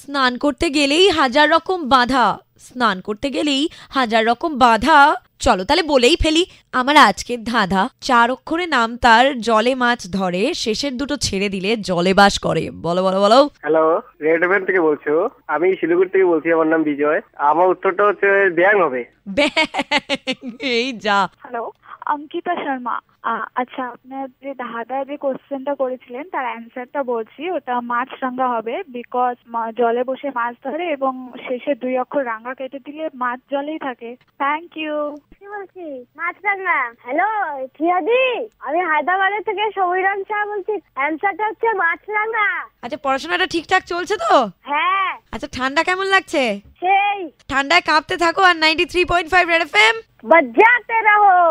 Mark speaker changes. Speaker 1: স্নান করতে গেলেই হাজার রকম বাধা স্নান করতে গেলেই হাজার রকম বাধা চলো তাহলে বলেই ফেলি আমার আজকের ধাঁধা চার অক্ষরে নাম তার জলে মাছ ধরে শেষের দুটো ছেড়ে দিলে জলে বাস করে বলো বলো বলো
Speaker 2: হ্যালো রেড এফএম থেকে বলছো আমি শিলিগুড়ি থেকে বলছি আমার নাম বিজয় আমার উত্তরটা হচ্ছে ব্যাং হবে
Speaker 1: ব্যাং। এই যা
Speaker 3: হ্যালো অঙ্কিতা শর্মা আ, আচ্ছা আপনার যে দাদায় যে কোশ্চেনটা করেছিলেন তার অ্যান্সারটা বলছি ওটা মাছ রাঙ্গা হবে বিকজ জলে বসে মাছ ধরে এবং শেষে দুই অক্ষর রাঙ্গা কেটে দিলে মাছ জলেই থাকে থ্যাংক ইউ
Speaker 4: কি বলছি মাছরাঙা হ্যালো প্রিয়াদি আমি হায়দ্রাবাদের থেকে সৌরাম শাহ বলছি অ্যান্সারটা হচ্ছে মাছরাঙা
Speaker 1: আচ্ছা পড়াশোনাটা ঠিকঠাক চলছে তো
Speaker 4: হ্যাঁ
Speaker 1: আচ্ছা ঠান্ডা কেমন লাগছে
Speaker 4: সেই
Speaker 1: ঠান্ডায় কাঁপতে থাকো আর ninety three point five red F M
Speaker 4: বজাতে রহো